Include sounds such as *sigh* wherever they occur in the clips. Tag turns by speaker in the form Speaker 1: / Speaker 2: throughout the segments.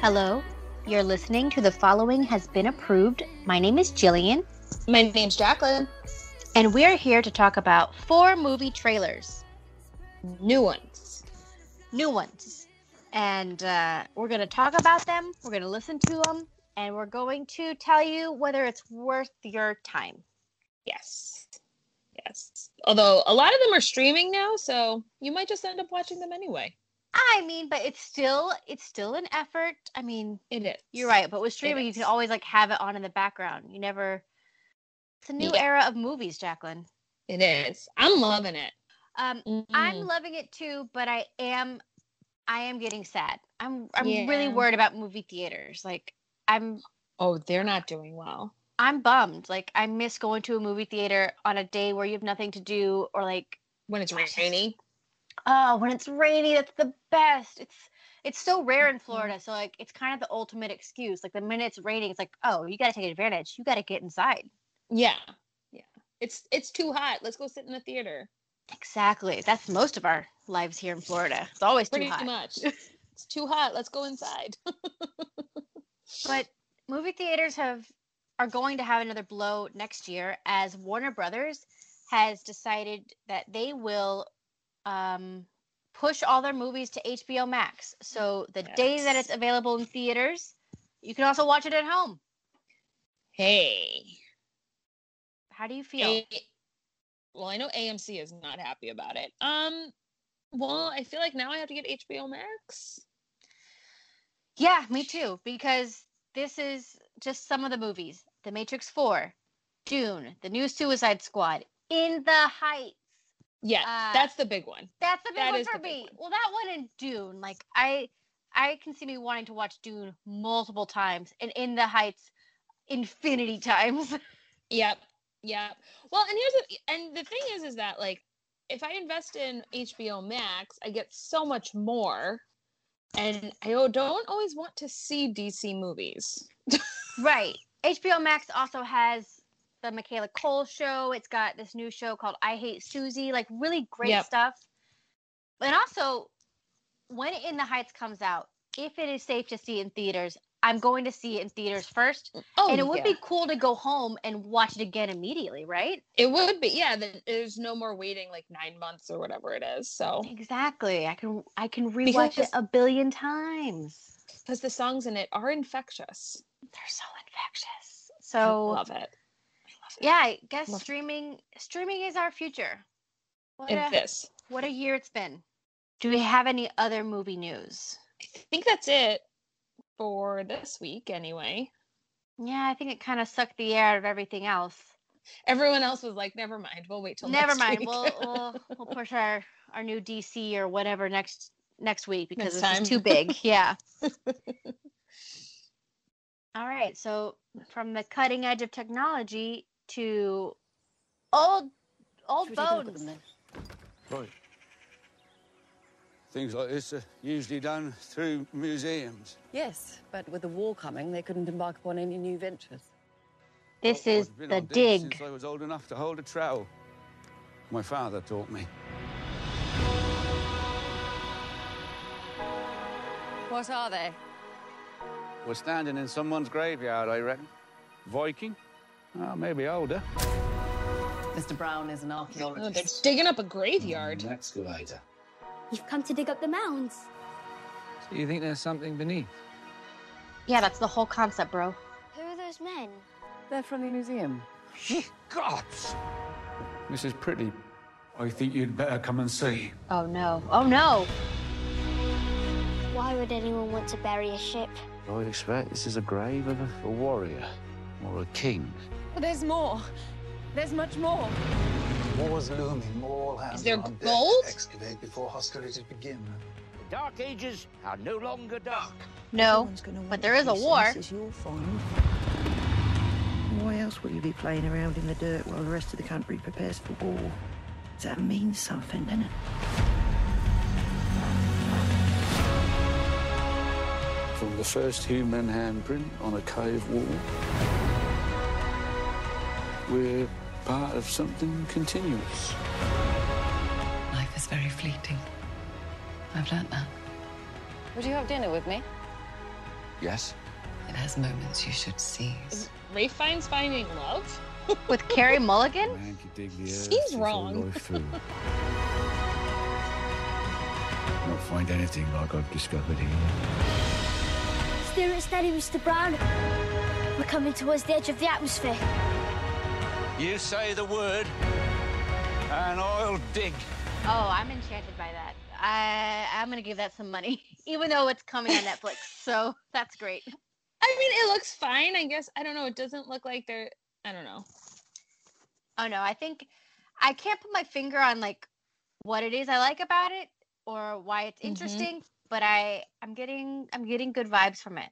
Speaker 1: Hello, you're listening to the following has been approved. My name is Jillian,
Speaker 2: My name's Jacqueline.
Speaker 1: and we are here to talk about four movie trailers,
Speaker 2: New ones.
Speaker 1: new ones. And uh, we're going to talk about them, we're going to listen to them, and we're going to tell you whether it's worth your time.
Speaker 2: Yes. Yes. Although a lot of them are streaming now, so you might just end up watching them anyway.
Speaker 1: I mean, but it's still it's still an effort. I mean,
Speaker 2: It is.
Speaker 1: you're right, but with streaming you can
Speaker 2: is.
Speaker 1: always like have it on in the background. You never It's a new
Speaker 2: Yeah.
Speaker 1: era of movies, Jacqueline.
Speaker 2: It is. I'm loving it. Mm.
Speaker 1: Um I'm loving it too, but I am I am getting sad. I'm I'm really
Speaker 2: Yeah.
Speaker 1: worried about movie theaters. Like I'm
Speaker 2: Oh, they're not doing well.
Speaker 1: I'm bummed. Like I miss going to a movie theater on a day where you have nothing to do or like
Speaker 2: When it's
Speaker 1: I just-
Speaker 2: rainy.
Speaker 1: oh, when it's rainy, that's the best. It's it's so rare in
Speaker 2: Mm-hmm.
Speaker 1: Florida. So like it's kind of the ultimate excuse. Like the minute it's raining, it's like, "Oh, you got to take advantage. You got to get inside."
Speaker 2: Yeah. Yeah. It's it's too hot. Let's go sit in the theater.
Speaker 1: Exactly. That's most of our lives here in Florida. It's always too
Speaker 2: Pretty
Speaker 1: hot.
Speaker 2: much. *laughs* it's too hot. Let's go inside.
Speaker 1: But movie theaters have are going to have another blow next year as Warner Brothers has decided that they will um, push all their movies to HBO Max. So the day that
Speaker 2: Yes.
Speaker 1: it's available in theaters, you can also watch it at home.
Speaker 2: Hey.
Speaker 1: How do you feel?
Speaker 2: A- well, I know AMC is not happy about it. Um, well, I feel like now I have to get HBO Max.
Speaker 1: Yeah, me too. Because this is just some of the movies: The Matrix Four, Dune, The New Suicide Squad, In the Heights.
Speaker 2: Yeah,
Speaker 1: Uh,
Speaker 2: that's the big one.
Speaker 1: That's the big
Speaker 2: That
Speaker 1: one
Speaker 2: is
Speaker 1: for
Speaker 2: the big
Speaker 1: me.
Speaker 2: one.
Speaker 1: Well, that one and Dune. Like I, I can see me wanting to watch Dune multiple times, and In the Heights, infinity times. *laughs*
Speaker 2: Yep, yep. Well, and here's the, and the thing is, is that like if I invest in HBO Max, I get so much more, and I o- don't always want to see DC movies.
Speaker 1: right. HBO Max also has the Michaela Cole show. It's got this new show called I Hate Susie. Like really great
Speaker 2: Yep.
Speaker 1: stuff. And also, when In the Heights comes out, if it is safe to see in theaters, I'm going to see it in theaters first.
Speaker 2: Oh,
Speaker 1: and it would
Speaker 2: yeah.
Speaker 1: be cool to go home and watch it again immediately, right?
Speaker 2: it would be, yeah. Then there's no more waiting like nine months or whatever it is. So
Speaker 1: Exactly. I can I can rewatch
Speaker 2: Oh. Because-
Speaker 1: it a billion times.
Speaker 2: because the songs in it are infectious.
Speaker 1: They're so infectious.
Speaker 2: I
Speaker 1: So
Speaker 2: love it.
Speaker 1: yeah, I guess
Speaker 2: Love-
Speaker 1: streaming streaming is our future. What
Speaker 2: It
Speaker 1: a,
Speaker 2: is.
Speaker 1: what a year it's been. Do we have any other movie news?
Speaker 2: I think that's it for this week anyway.
Speaker 1: Yeah, I think it kind of sucked the air out of everything else.
Speaker 2: Everyone else was like, never mind, we'll wait till
Speaker 1: Never
Speaker 2: next
Speaker 1: mind.
Speaker 2: week."
Speaker 1: We'll,
Speaker 2: *laughs*
Speaker 1: we'll we'll push our our new DC or whatever next next week because
Speaker 2: Next
Speaker 1: this
Speaker 2: time.
Speaker 1: is
Speaker 2: *laughs*
Speaker 1: too big. Yeah. All right. So from the cutting edge of technology to
Speaker 2: Oh,
Speaker 1: old old bones.
Speaker 3: Right. Things like this are usually done through museums.
Speaker 4: Yes, but with the war coming, they couldn't embark upon any new ventures.
Speaker 1: This
Speaker 3: Well,
Speaker 1: is
Speaker 3: I've Oh, been
Speaker 1: the
Speaker 3: on digs
Speaker 1: dig.
Speaker 3: Since I was old enough to hold a trowel. My father taught me.
Speaker 4: What are they?
Speaker 3: We're standing in someone's graveyard, I reckon. Viking? Oh, maybe older.
Speaker 4: Mr. Brown is an
Speaker 2: Oh, they're
Speaker 4: archaeologist.
Speaker 2: digging up a graveyard.
Speaker 5: An excavator.
Speaker 6: You've come to dig up the mounds.
Speaker 7: Do you think there's something beneath?
Speaker 1: Yeah, that's the whole concept, bro.
Speaker 6: Who are those men?
Speaker 4: Oh, They're from the museum.
Speaker 3: Gods! Mrs. Pretty, I think you'd better come and see.
Speaker 1: Oh no. Oh no.
Speaker 6: Why would anyone want to bury a ship?
Speaker 5: I would expect this is a grave of a, a warrior or a king.
Speaker 4: There's more. There's much more.
Speaker 8: War's looming. All hands
Speaker 2: Is there
Speaker 8: are on deck.
Speaker 2: gold?
Speaker 8: Excavate before hostilities begin.
Speaker 5: The Dark Ages are no longer dark.
Speaker 1: No. But there is a war.
Speaker 9: Why else will you be playing around in the dirt while the rest of the country prepares for war? That means something, doesn't it?
Speaker 3: From the first human handprint on a cave wall, we're part of something continuous.
Speaker 4: Life is very fleeting. I've learnt that.
Speaker 9: Would you have dinner with me?
Speaker 5: Yes?
Speaker 10: It has moments you should seize.
Speaker 2: Ray finds finding love.
Speaker 1: With
Speaker 2: *laughs*
Speaker 1: Carrie
Speaker 3: Oh,
Speaker 1: Mulligan?
Speaker 5: Man could dig the
Speaker 2: Seems
Speaker 5: earth his whole
Speaker 2: wrong.
Speaker 5: life
Speaker 1: *laughs*
Speaker 5: through. Not find anything like I've discovered here.
Speaker 6: Steer it steady, Mr. Brown. We're coming towards the edge of the atmosphere.
Speaker 3: You say the word, and I'll dig.
Speaker 1: Oh, I'm enchanted by that. I I'm gonna give that some money, *laughs* even though it's coming on Netflix. So that's great.
Speaker 2: I mean, it looks fine. I guess I don't know. It doesn't look like they're. I don't know.
Speaker 1: Oh no, I think I can't put my finger on like what it is I like about it or why it's
Speaker 2: Mhm.
Speaker 1: interesting, but I I'm getting I'm getting good vibes from it.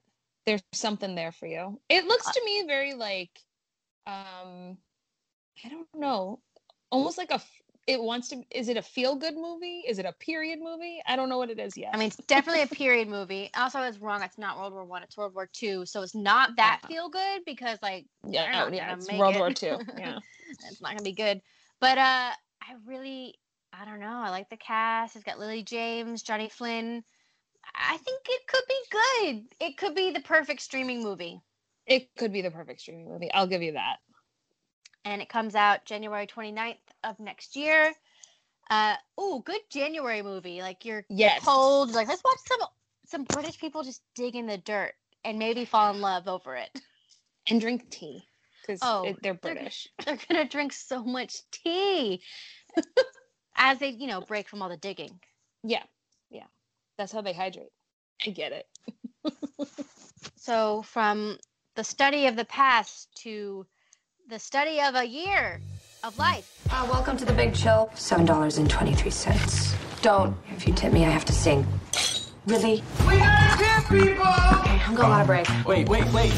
Speaker 2: There's something there for you. It
Speaker 1: Uh,
Speaker 2: looks to me very like, um, I don't know, almost like a. f- It wants to. Is it a feel good movie? Is it a period movie? I don't know what it is yet.
Speaker 1: I mean, it's definitely a period movie. Also, I was wrong. It's not World War One. It's World War Two. So it's not that
Speaker 2: Uh-huh.
Speaker 1: feel good because like they're
Speaker 2: yeah,
Speaker 1: not
Speaker 2: yeah,
Speaker 1: gonna
Speaker 2: it's
Speaker 1: make
Speaker 2: World
Speaker 1: it.
Speaker 2: War
Speaker 1: *laughs*
Speaker 2: Two. Yeah.
Speaker 1: it's not gonna be good. But uh, I really, I don't know. I like the cast. It's got Lily James, Johnny Flynn. I think it could be good. It could be the perfect streaming movie.
Speaker 2: It could be the perfect streaming movie. I'll give you that.
Speaker 1: And it comes out January 29th of next year. Uh, oh, good January movie. Like you're
Speaker 2: Yes.
Speaker 1: cold. Like let's watch some some British people just dig in the dirt and maybe fall in love over it.
Speaker 2: and drink tea because
Speaker 1: Oh,
Speaker 2: they're
Speaker 1: they're good.
Speaker 2: British.
Speaker 1: *laughs* They're gonna drink so much tea as they, you know, break from all the digging.
Speaker 2: Yeah, yeah, that's how they hydrate. I get it.
Speaker 1: So, from the study of the past to the study of a year of life.
Speaker 10: Ah, welcome to the big chill. Seven dollars and twenty-three cents. Don't. If you tip me, I have to sing. Really?
Speaker 11: We gotta tip people!
Speaker 10: Okay, I'm going on a break.
Speaker 12: Wait, wait, wait.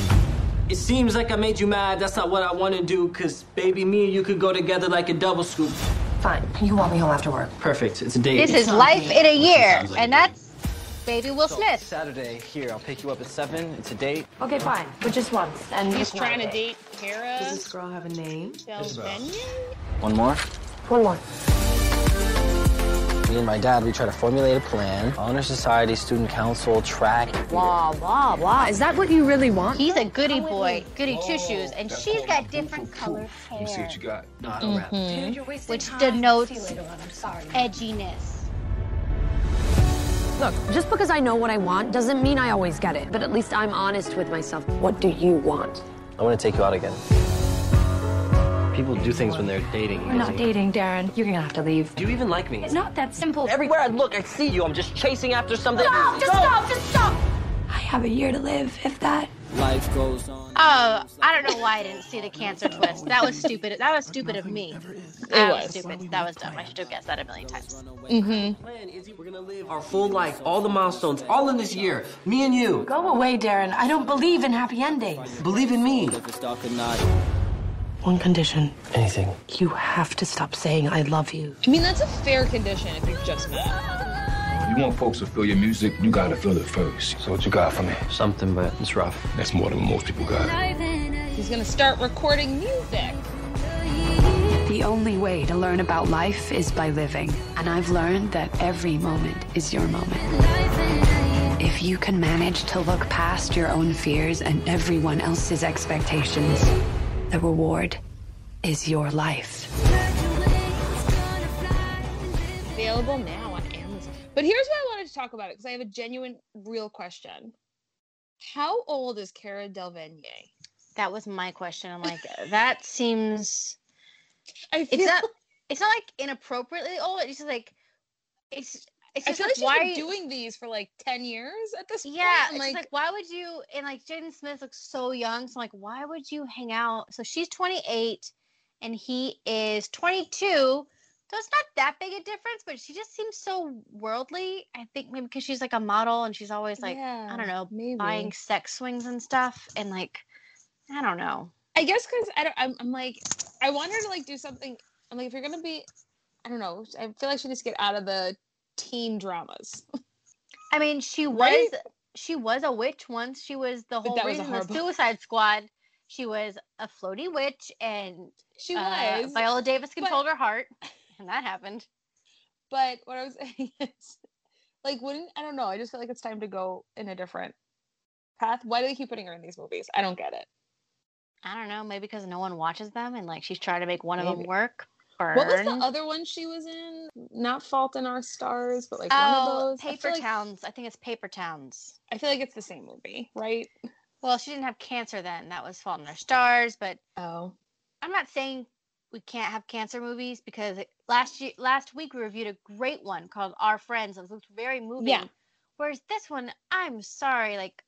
Speaker 12: It seems like I made you mad. That's not what I want to do, because baby, me and you could go together like a double scoop.
Speaker 10: Fine. You want me home after work?
Speaker 12: Perfect. It's a date.
Speaker 1: This is life in a year,
Speaker 12: Sounds like
Speaker 1: and that's baby Will Smith.
Speaker 12: Saturday. Here, I'll pick you up at 7. It's a date.
Speaker 10: Okay, fine. But just once. And
Speaker 2: He's
Speaker 10: it's not
Speaker 2: trying
Speaker 10: a
Speaker 2: to
Speaker 10: date.
Speaker 2: date Tara.
Speaker 10: Does this girl have a name?
Speaker 2: Delvenyon?
Speaker 12: One more?
Speaker 10: One more.
Speaker 12: Me and my dad, we try to formulate a plan. Honor Society, Student Council, track.
Speaker 10: Wah, wah, wah. Is that what you really want?
Speaker 1: He's a goody boy, goody two shoes, and she's got different colored hair,
Speaker 8: you got.
Speaker 12: No, I don't rap.
Speaker 10: Dude, you're wasting
Speaker 1: which
Speaker 10: time.
Speaker 1: denotes
Speaker 10: I'm sorry.
Speaker 1: edginess.
Speaker 10: Look, just because I know what I want doesn't mean I always get it, but at least I'm honest with myself. What do you want?
Speaker 12: I want to take you out again. People do things when they're dating.
Speaker 10: We're not dating, Darren. You're gonna have to leave.
Speaker 12: Do you even like me?
Speaker 10: not that simple.
Speaker 12: Everywhere I look, I see you. I'm just chasing after something.
Speaker 10: Stop! Just stop! Just stop! I have a year to live, if that.
Speaker 12: Life goes on.
Speaker 1: Oh, I don't know why I didn't see the cancer twist. That was stupid. That was stupid of me. That was
Speaker 2: was.
Speaker 1: stupid. That was dumb. I should have guessed that a million times.
Speaker 2: Mm-hmm.
Speaker 12: plan is we're gonna live our full life, all the milestones, all in this year. Me and you.
Speaker 10: Go away, Darren. I don't believe in happy endings.
Speaker 12: Believe in me.
Speaker 9: One condition
Speaker 12: Anything.
Speaker 9: you have to stop saying I love you.
Speaker 2: I mean, that's a fair condition if you've just met.
Speaker 13: You want folks to feel your music, you gotta feel it first. So what you got for me?
Speaker 12: Something, but it's rough.
Speaker 13: That's more than most people got.
Speaker 2: He's gonna start recording music.
Speaker 14: The only way to learn about life is by living. And I've learned that every moment is your moment. If you can manage to look past your own fears and everyone else's expectations, the reward is your life.
Speaker 2: Available now on Amazon. But here's why I wanted to talk about it because I have a genuine, real question. How old is Cara Delvenier?
Speaker 1: That was my question. I'm like, that seems
Speaker 2: I feel,
Speaker 1: it's not it's not like inappropriately old. It's just like it's it's
Speaker 2: I
Speaker 1: just
Speaker 2: feel
Speaker 1: like,
Speaker 2: like she's
Speaker 1: why
Speaker 2: been
Speaker 1: are you-
Speaker 2: doing these for like ten years at this point.
Speaker 1: yeah,
Speaker 2: I'm
Speaker 1: it's like, like why would you and like Jaden Smith looks so young, so I'm like why would you hang out? So she's 28 and he is 22, so it's not that big a difference, but she just seems so worldly. I think maybe because she's like a model and she's always like I
Speaker 2: Yeah,
Speaker 1: don't know
Speaker 2: maybe.
Speaker 1: buying sex swings and stuff, and like I don't know.
Speaker 2: I guess because I don't, I'm, I'm like, I want her to like do something. I'm like, if you're gonna be, I don't know. I feel like she needs to get out of the teen dramas. *laughs*
Speaker 1: I mean, she
Speaker 2: Right?
Speaker 1: was she was a witch once. She was the whole
Speaker 2: that was a
Speaker 1: reason the
Speaker 2: horrible-
Speaker 1: Suicide Squad. She was a floaty witch, and
Speaker 2: She
Speaker 1: uh,
Speaker 2: was,
Speaker 1: Viola Davis
Speaker 2: but-
Speaker 1: controlled her heart, *laughs* and that happened.
Speaker 2: but what I *laughs* was saying is, like, wouldn't I don't know? I just feel like it's time to go in a different Path, why do they keep putting her in these movies? I don't get it.
Speaker 1: I don't know. Maybe because no one watches them, and like she's trying to make one of them
Speaker 2: Maybe.
Speaker 1: work. Burn.
Speaker 2: What was the other one she was in? Not Fault in Our Stars, but like one
Speaker 1: oh,
Speaker 2: of those. I
Speaker 1: Paper
Speaker 2: feel like-
Speaker 1: Towns. I think it's Paper Towns.
Speaker 2: I feel like it's the same movie, right?
Speaker 1: Well, she didn't have cancer then. That was Fault in Our Stars, but
Speaker 2: oh,
Speaker 1: I'm not saying we can't have cancer movies because it, last year, last week we reviewed a great one called Our Friends. It looked very moving.
Speaker 2: Yeah.
Speaker 1: Whereas this one, I'm sorry, like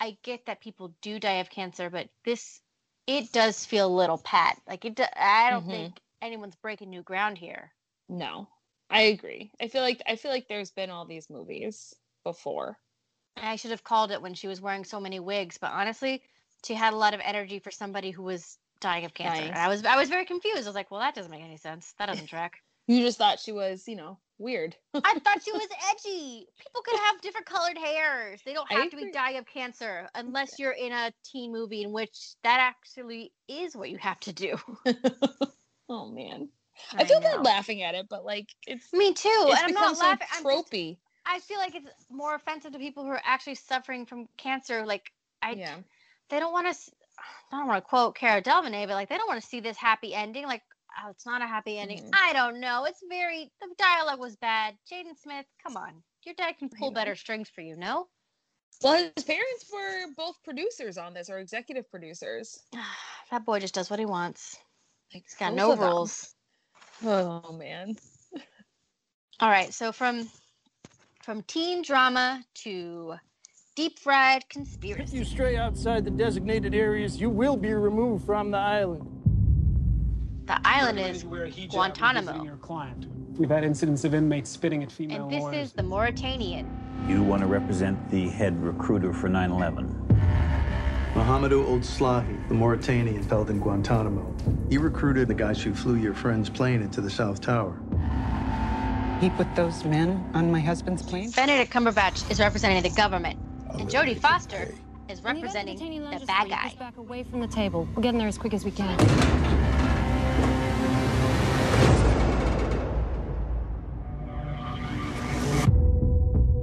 Speaker 1: I get that people do die of cancer, but this it does feel a little pat. Like it, do, I don't
Speaker 2: Mhm.
Speaker 1: think anyone's breaking new ground here.
Speaker 2: No, I agree. I feel like I feel like there's been all these movies before.
Speaker 1: And I should have called it when she was wearing so many wigs, but honestly, she had a lot of energy for somebody who was dying of cancer. And I was I was very confused. I was like, well, that doesn't make any sense. That doesn't track.
Speaker 2: You just thought she was, you know, weird.
Speaker 1: I thought she was edgy. People could have different colored hairs. They don't
Speaker 2: I
Speaker 1: have to
Speaker 2: agree.
Speaker 1: be dying of cancer unless you're in a teen movie in which that actually is what you have to do. *laughs*
Speaker 2: Oh man,
Speaker 1: I
Speaker 2: I feel
Speaker 1: know.
Speaker 2: bad laughing at it, but like it's
Speaker 1: Me too.
Speaker 2: It's
Speaker 1: and I'm
Speaker 2: become
Speaker 1: not
Speaker 2: so
Speaker 1: laughing. I'm just-
Speaker 2: tropey.
Speaker 1: I feel like it's more offensive to people who are actually suffering from cancer. Like I,
Speaker 2: Yeah.
Speaker 1: they don't want to. I don't want to quote Cara Delevingne, but like they don't want to see this happy ending. Like oh, it's not a happy ending.
Speaker 2: Mhm.
Speaker 1: I don't know. It's very the dialogue was bad. Jaden Smith, come on, your dad can pull better strings for you. No,
Speaker 2: Well, his parents were both producers on this, or executive producers.
Speaker 1: *sighs* that boy just does what he wants.
Speaker 2: He's
Speaker 1: got
Speaker 2: both
Speaker 1: no
Speaker 2: of them.
Speaker 1: rules.
Speaker 2: Oh man.
Speaker 1: All right, so from from teen drama to deep fried conspiracy.
Speaker 15: If you stray outside the designated areas, you will be removed from the island.
Speaker 1: The island is Guantanamo.
Speaker 16: We've had incidents of inmates spitting at female
Speaker 1: And this
Speaker 16: lawyers.
Speaker 1: is the Mauritanian.
Speaker 17: You want to represent the head recruiter for 9 11.
Speaker 18: Mohamedou Old Slahi, the Mauritanian held in Guantanamo. He recruited the guys who flew your friend's plane into the South Tower.
Speaker 19: He put those men on my husband's plane?
Speaker 1: Benedict Cumberbatch is representing the government, and Jodie Foster is representing the bad guy.
Speaker 14: Back away from the table. We'll get in there as quick as we can.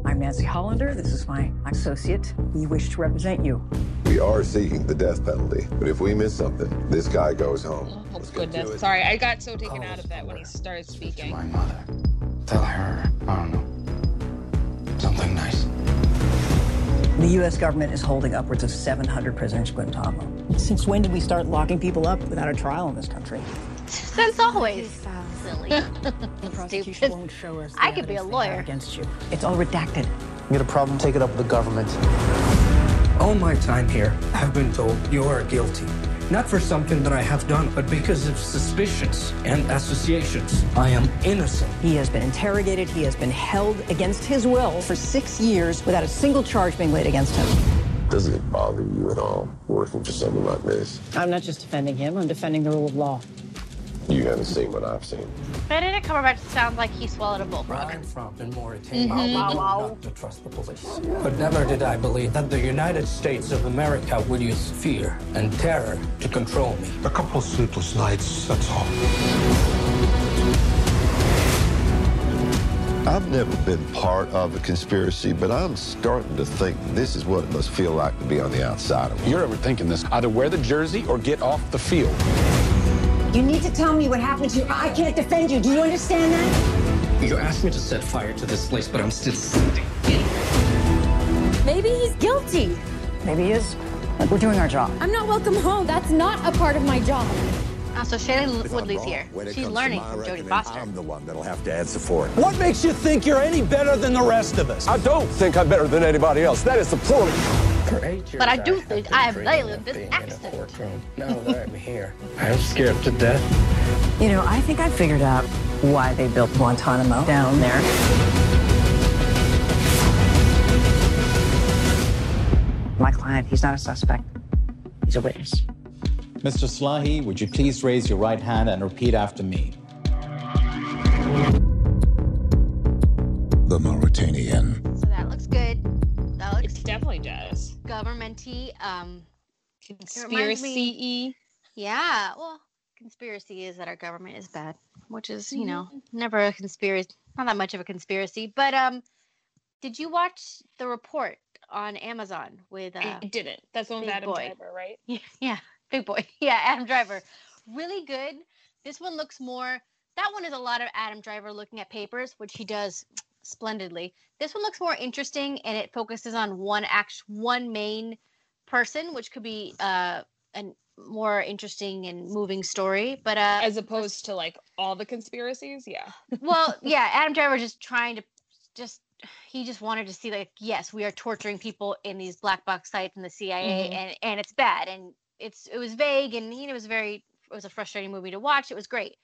Speaker 6: I'm Nancy Hollander. This is my associate. We wish to represent you.
Speaker 3: We are seeking the death penalty, but if we miss something, this guy goes home.
Speaker 2: Oh goodness. Sorry, I got so taken out of that when he started speaking.
Speaker 20: Tell her, I don't know, something nice.
Speaker 18: The U.S. government is holding upwards of 700 prisoners in Guantanamo.
Speaker 6: Since when did we start locking people up without a trial in this country?
Speaker 1: Since always. *laughs* Silly.
Speaker 6: The prosecution won't show us. the
Speaker 1: I could be
Speaker 6: evidence
Speaker 1: a
Speaker 6: they have
Speaker 1: lawyer.
Speaker 6: Against you. It's all redacted.
Speaker 9: You got a problem? Take it up with the government. All my time here, I've been told you are guilty. Not for something that I have done, but because of suspicions and associations. I am innocent.
Speaker 6: He has been interrogated. He has been held against his will for six years without a single charge being laid against him.
Speaker 3: Doesn't it bother you at all working for someone like this?
Speaker 6: I'm not just defending him. I'm defending the rule of law.
Speaker 3: You haven't seen what I've seen.
Speaker 1: Benedict Cumberbatch sounds like he swallowed a bullfrog.
Speaker 9: I'm from in Mauritania.
Speaker 1: Mhm. Wow, wow.
Speaker 9: Not to trust the police. But never did I believe that the United States of America would use fear and terror to control me.
Speaker 20: A couple sleepless nights, that's all.
Speaker 3: I've never been part of a conspiracy, but I'm starting to think this is what it must feel like to be on the outside of it. You're overthinking this. Either wear the jersey or get off the field.
Speaker 6: You need to tell me what happened to you. I can't defend you. Do you understand that?
Speaker 9: You asked me to set fire to this place, but I'm still standing.
Speaker 6: Maybe he's guilty. Maybe he is. But we're doing our job.
Speaker 14: I'm not welcome home. That's not a part of my job.
Speaker 1: Also, Shailene Woodley's here. She's learning from Jodie Foster.
Speaker 21: I'm the one that'll have to answer for it.
Speaker 22: What makes you think you're any better than the rest of us?
Speaker 21: I don't think I'm better than anybody else. That is the point.
Speaker 1: But I do think I have violated this accident.
Speaker 9: Now that I'm here, I'm scared to death.
Speaker 6: You know, I think I figured out why they built Guantanamo down there. My client, he's not a suspect. He's a witness.
Speaker 23: Mr. Slahi, would you please raise your right hand and repeat after me?
Speaker 20: The Mauritanian.
Speaker 1: So that looks good. That looks
Speaker 2: definitely does.
Speaker 1: Governmenty. Um,
Speaker 2: Conspiracy-y.
Speaker 1: Yeah. Well, conspiracy is that our government is bad, which is you know never a conspiracy, not that much of a conspiracy. But um, did you watch the report on Amazon with. Uh,
Speaker 2: I didn't. That's the one with
Speaker 1: Big
Speaker 2: Adam
Speaker 1: Boy.
Speaker 2: Driver, right?
Speaker 1: *laughs* Yeah, yeah, big boy. *laughs* Yeah, Adam Driver, really good. This one looks more. That one is a lot of Adam Driver looking at papers, which he does splendidly. This one looks more interesting, and it focuses on one act, one main person, which could be uh, a more interesting and moving story. But uh,
Speaker 2: As opposed to like all the conspiracies, yeah.
Speaker 1: well, yeah, Adam Driver just trying to just he just wanted to see like yes, we are torturing people in these black box sites in the CIA
Speaker 2: Mhm.
Speaker 1: and and it's bad and it's it was vague and you know, it was very it was a frustrating movie to watch. It was great.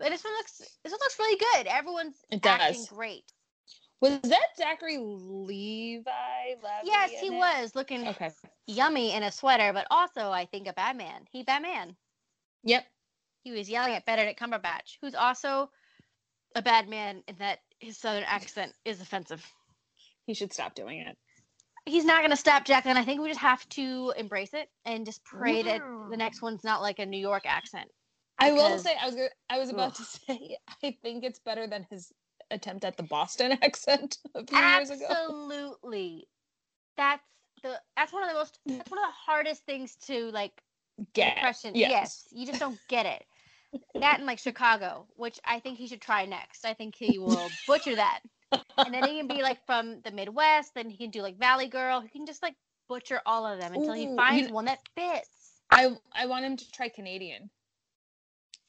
Speaker 1: But this one looks this one looks really good. Everyone's
Speaker 2: It
Speaker 1: acting
Speaker 2: does.
Speaker 1: great.
Speaker 2: Was that Zachary Levi? Levi
Speaker 1: Yes, he
Speaker 2: in it?
Speaker 1: was looking
Speaker 2: Okay.
Speaker 1: yummy in a sweater, but also I think a Batman. He Batman.
Speaker 2: Yep.
Speaker 1: He was yelling at Benedict Cumberbatch, who's also a bad man in that his southern accent is offensive.
Speaker 2: He should stop doing it.
Speaker 1: he's not going to stop Jacqueline. I think we just have to embrace it and just pray that
Speaker 2: Yeah.
Speaker 1: the next one's not like a New York accent.
Speaker 2: I will
Speaker 1: Because-
Speaker 2: say I was gonna, I was about to *laughs* say I think it's better than his attempt at the Boston *laughs* accent a few years ago.
Speaker 1: Absolutely. That's the that's one of the most that's one of the hardest things to like
Speaker 2: Get,
Speaker 1: impression.
Speaker 2: yes.
Speaker 1: You just don't get it. That and like Chicago, which I think he should try next. I think he will butcher that. And then he can be like from the Midwest, then he can do like Valley Girl. He can just like butcher all of them until
Speaker 2: Ooh,
Speaker 1: he
Speaker 2: you
Speaker 1: finds
Speaker 2: kn-
Speaker 1: one that fits.
Speaker 2: I I want him to try Canadian.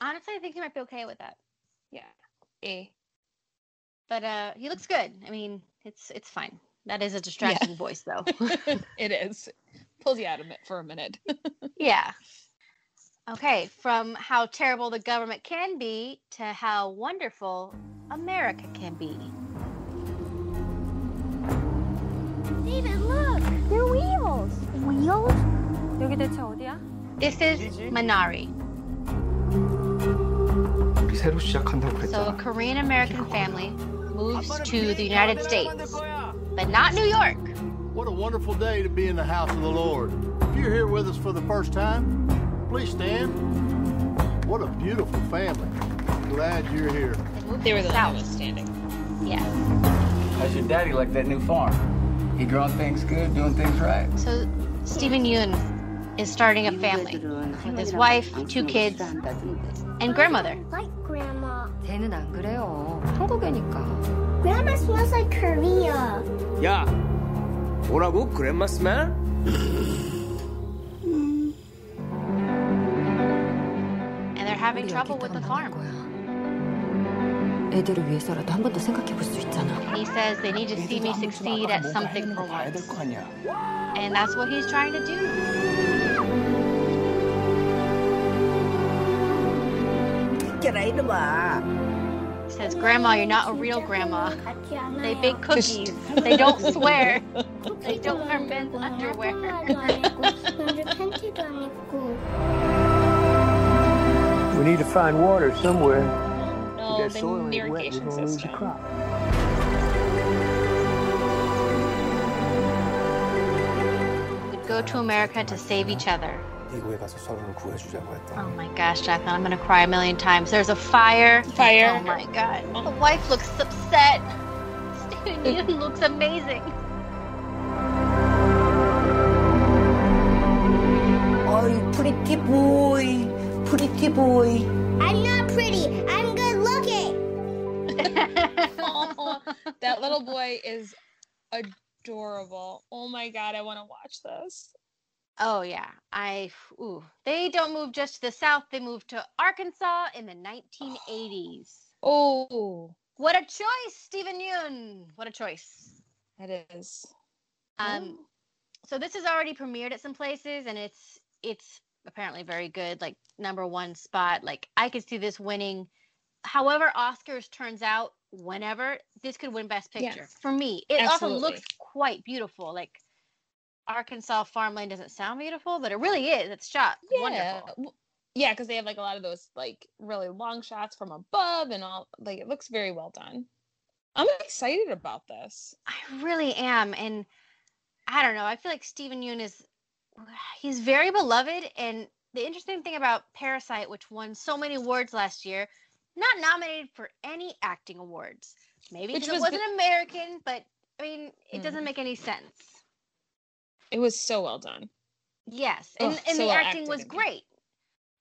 Speaker 1: Honestly, I think he might be okay with that.
Speaker 2: Yeah. Eh.
Speaker 1: But uh he looks good. I mean, it's it's fine. That is a distracting voice though.
Speaker 2: *laughs* it is. Pulls you out of it for a minute.
Speaker 1: *laughs* yeah. Okay, from how terrible the government can be to how wonderful America can be.
Speaker 3: David, look! They're wheels! Wheels? 여기 대체 어디야?
Speaker 1: This is Minari.
Speaker 4: 새로 시작한다고
Speaker 1: So a Korean American family moves to the United States, but not New York.
Speaker 5: What a wonderful day to be in the house of the Lord. If you're here with us for the first time, please stand. What a beautiful family. Glad you're here.
Speaker 2: They were the
Speaker 1: South.
Speaker 2: longest standing.
Speaker 1: Yeah.
Speaker 6: How's your daddy like that new farm? He growing things good, doing things right.
Speaker 1: So Stephen Yun is starting a family with his wife, two kids, and grandmother.
Speaker 3: Like grandma.
Speaker 10: 걔는 안 그래요. 한국애니까.
Speaker 3: Grandma smells like Korea.
Speaker 7: 야, 뭐라고? 그랜마 스멜?
Speaker 1: And they're having trouble with the farm.
Speaker 3: 애들을 위해서라도 한 번 더 생각해 볼 수 있잖아.
Speaker 1: He says they need to see me succeed at something for once. And that's what he's trying to do. Says, Grandma, you're not a real grandma. They
Speaker 3: *laughs*
Speaker 1: bake cookies. They don't swear. They don't wear men's
Speaker 3: *laughs*
Speaker 1: underwear.
Speaker 5: We need to find water somewhere.
Speaker 2: *laughs* No, the irrigation system.
Speaker 1: Go to America to save each other.
Speaker 5: 대구에 가서 서로를 구해주자고 했다.
Speaker 1: Oh my gosh, Jacqueline, I'm gonna cry a million times. There's a fire.
Speaker 2: Fire.
Speaker 1: Oh my god. The wife looks upset. *laughs* Stephen Yeun looks amazing.
Speaker 3: Oh, pretty boy. Pretty boy. I'm not pretty. I'm good looking.
Speaker 2: Aw, that little boy is adorable. Oh my god, I want to watch this.
Speaker 1: Oh yeah. I ooh. They don't move just to the south, they moved to Arkansas in the 1980s.
Speaker 2: Oh,
Speaker 1: What a choice, Stephen Yeun. What a choice.
Speaker 2: it is.
Speaker 1: Um so this is already premiered at some places and it's it's apparently very good, like number one spot. Like I could see this winning however Oscars turns out whenever this could win best
Speaker 2: Yeah.
Speaker 1: picture for me. It
Speaker 2: Absolutely.
Speaker 1: also looks quite beautiful. Like Arkansas farmland doesn't sound beautiful, but it really is. It's shot
Speaker 2: Oh, Yeah.
Speaker 1: wonderful.
Speaker 2: w- Yeah, because they have like a lot of those like really long shots from above and all. Like it looks very well done. I'm excited about this.
Speaker 1: I really am. And I don't know. I feel like Stephen Yoon is he's very beloved. And the interesting thing about Parasite, which won so many awards last year, not nominated for any acting awards. Maybe
Speaker 2: Which
Speaker 1: because it
Speaker 2: was
Speaker 1: wasn't
Speaker 2: good-
Speaker 1: American, but I mean, it
Speaker 2: Mm.
Speaker 1: doesn't make any sense.
Speaker 2: It was so well done.
Speaker 1: Yes, and,
Speaker 2: Ugh,
Speaker 1: and
Speaker 2: so
Speaker 1: the
Speaker 2: well
Speaker 1: acting
Speaker 2: acted
Speaker 1: was
Speaker 2: in that.
Speaker 1: great.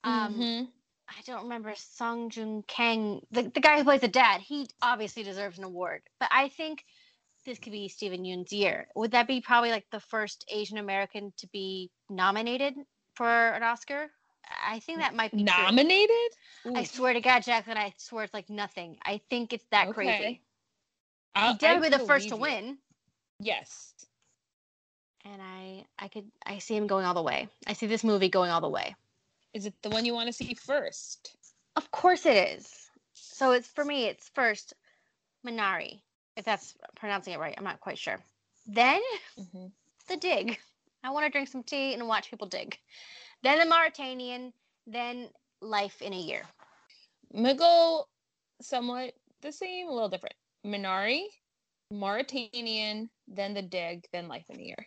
Speaker 1: Um,
Speaker 2: Mm-hmm.
Speaker 1: I don't remember Song Joong Kang, the, the guy who plays the dad. He obviously deserves an award, but I think this could be Stephen Yoon's year. Would that be probably like the first Asian American to be nominated for an Oscar? I think that might be true.
Speaker 2: Nominated?
Speaker 1: I
Speaker 2: Ooh.
Speaker 1: swear to God, Jacqueline, I swear it's like nothing. I think it's that crazy.
Speaker 2: Okay. I-
Speaker 1: He'd definitely
Speaker 2: I
Speaker 1: be the first to
Speaker 2: believe you.
Speaker 1: win,
Speaker 2: Yes.
Speaker 1: and I, I could, I see him going all the way. I see this movie going all the way.
Speaker 2: Is it the one you want to see first?
Speaker 1: Of course it is. So it's for me, it's first Minari, if that's pronouncing it right. I'm not quite sure. Then
Speaker 2: Mm-hmm.
Speaker 1: the dig. I want to drink some tea and watch people dig. Then the Mauritanian, then life in a year.
Speaker 2: I'm gonna go somewhat the same, a little different. Minari, Mauritanian, then the dig, then life in a year.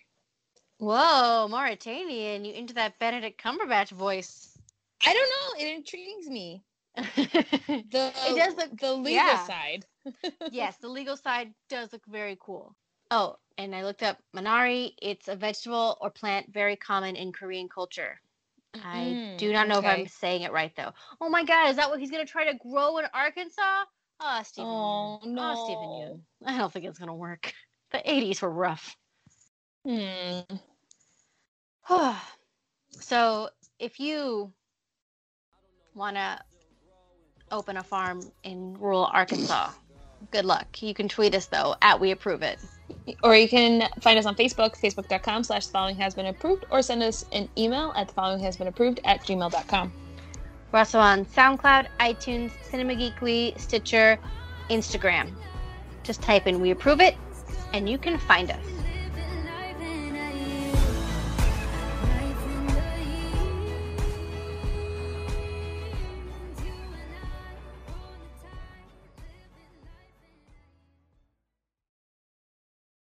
Speaker 1: Whoa, Mauritanian, you into that Benedict Cumberbatch voice. *laughs*
Speaker 2: I don't know. It intrigues me. The
Speaker 1: It does look
Speaker 2: the legal
Speaker 1: yeah.
Speaker 2: side.
Speaker 1: yes, the legal side does look very cool. Oh, and I looked up Minari. It's a vegetable or plant very common in Korean culture. I
Speaker 2: Mm,
Speaker 1: do not know if I'm
Speaker 2: okay.
Speaker 1: saying it right though. Oh my God, is that what he's gonna try to grow in Arkansas? Oh, Stephen.
Speaker 2: Oh
Speaker 1: Yeun.
Speaker 2: no.
Speaker 1: Oh, Stephen Yeun. I don't think it's gonna work. *laughs* The '80s were rough. *sighs*
Speaker 2: Hmm.
Speaker 1: so, if you wanna open a farm in rural Arkansas, good luck. You can tweet us though at We Approve It.
Speaker 2: Or you can find us on Facebook, facebook.com slash the following has been approved, or send us an email at the following has been approved at gmail.com.
Speaker 1: We're also on SoundCloud, iTunes, Cinema Geekly, Stitcher, Instagram. Just type in We Approve It, and you can find us.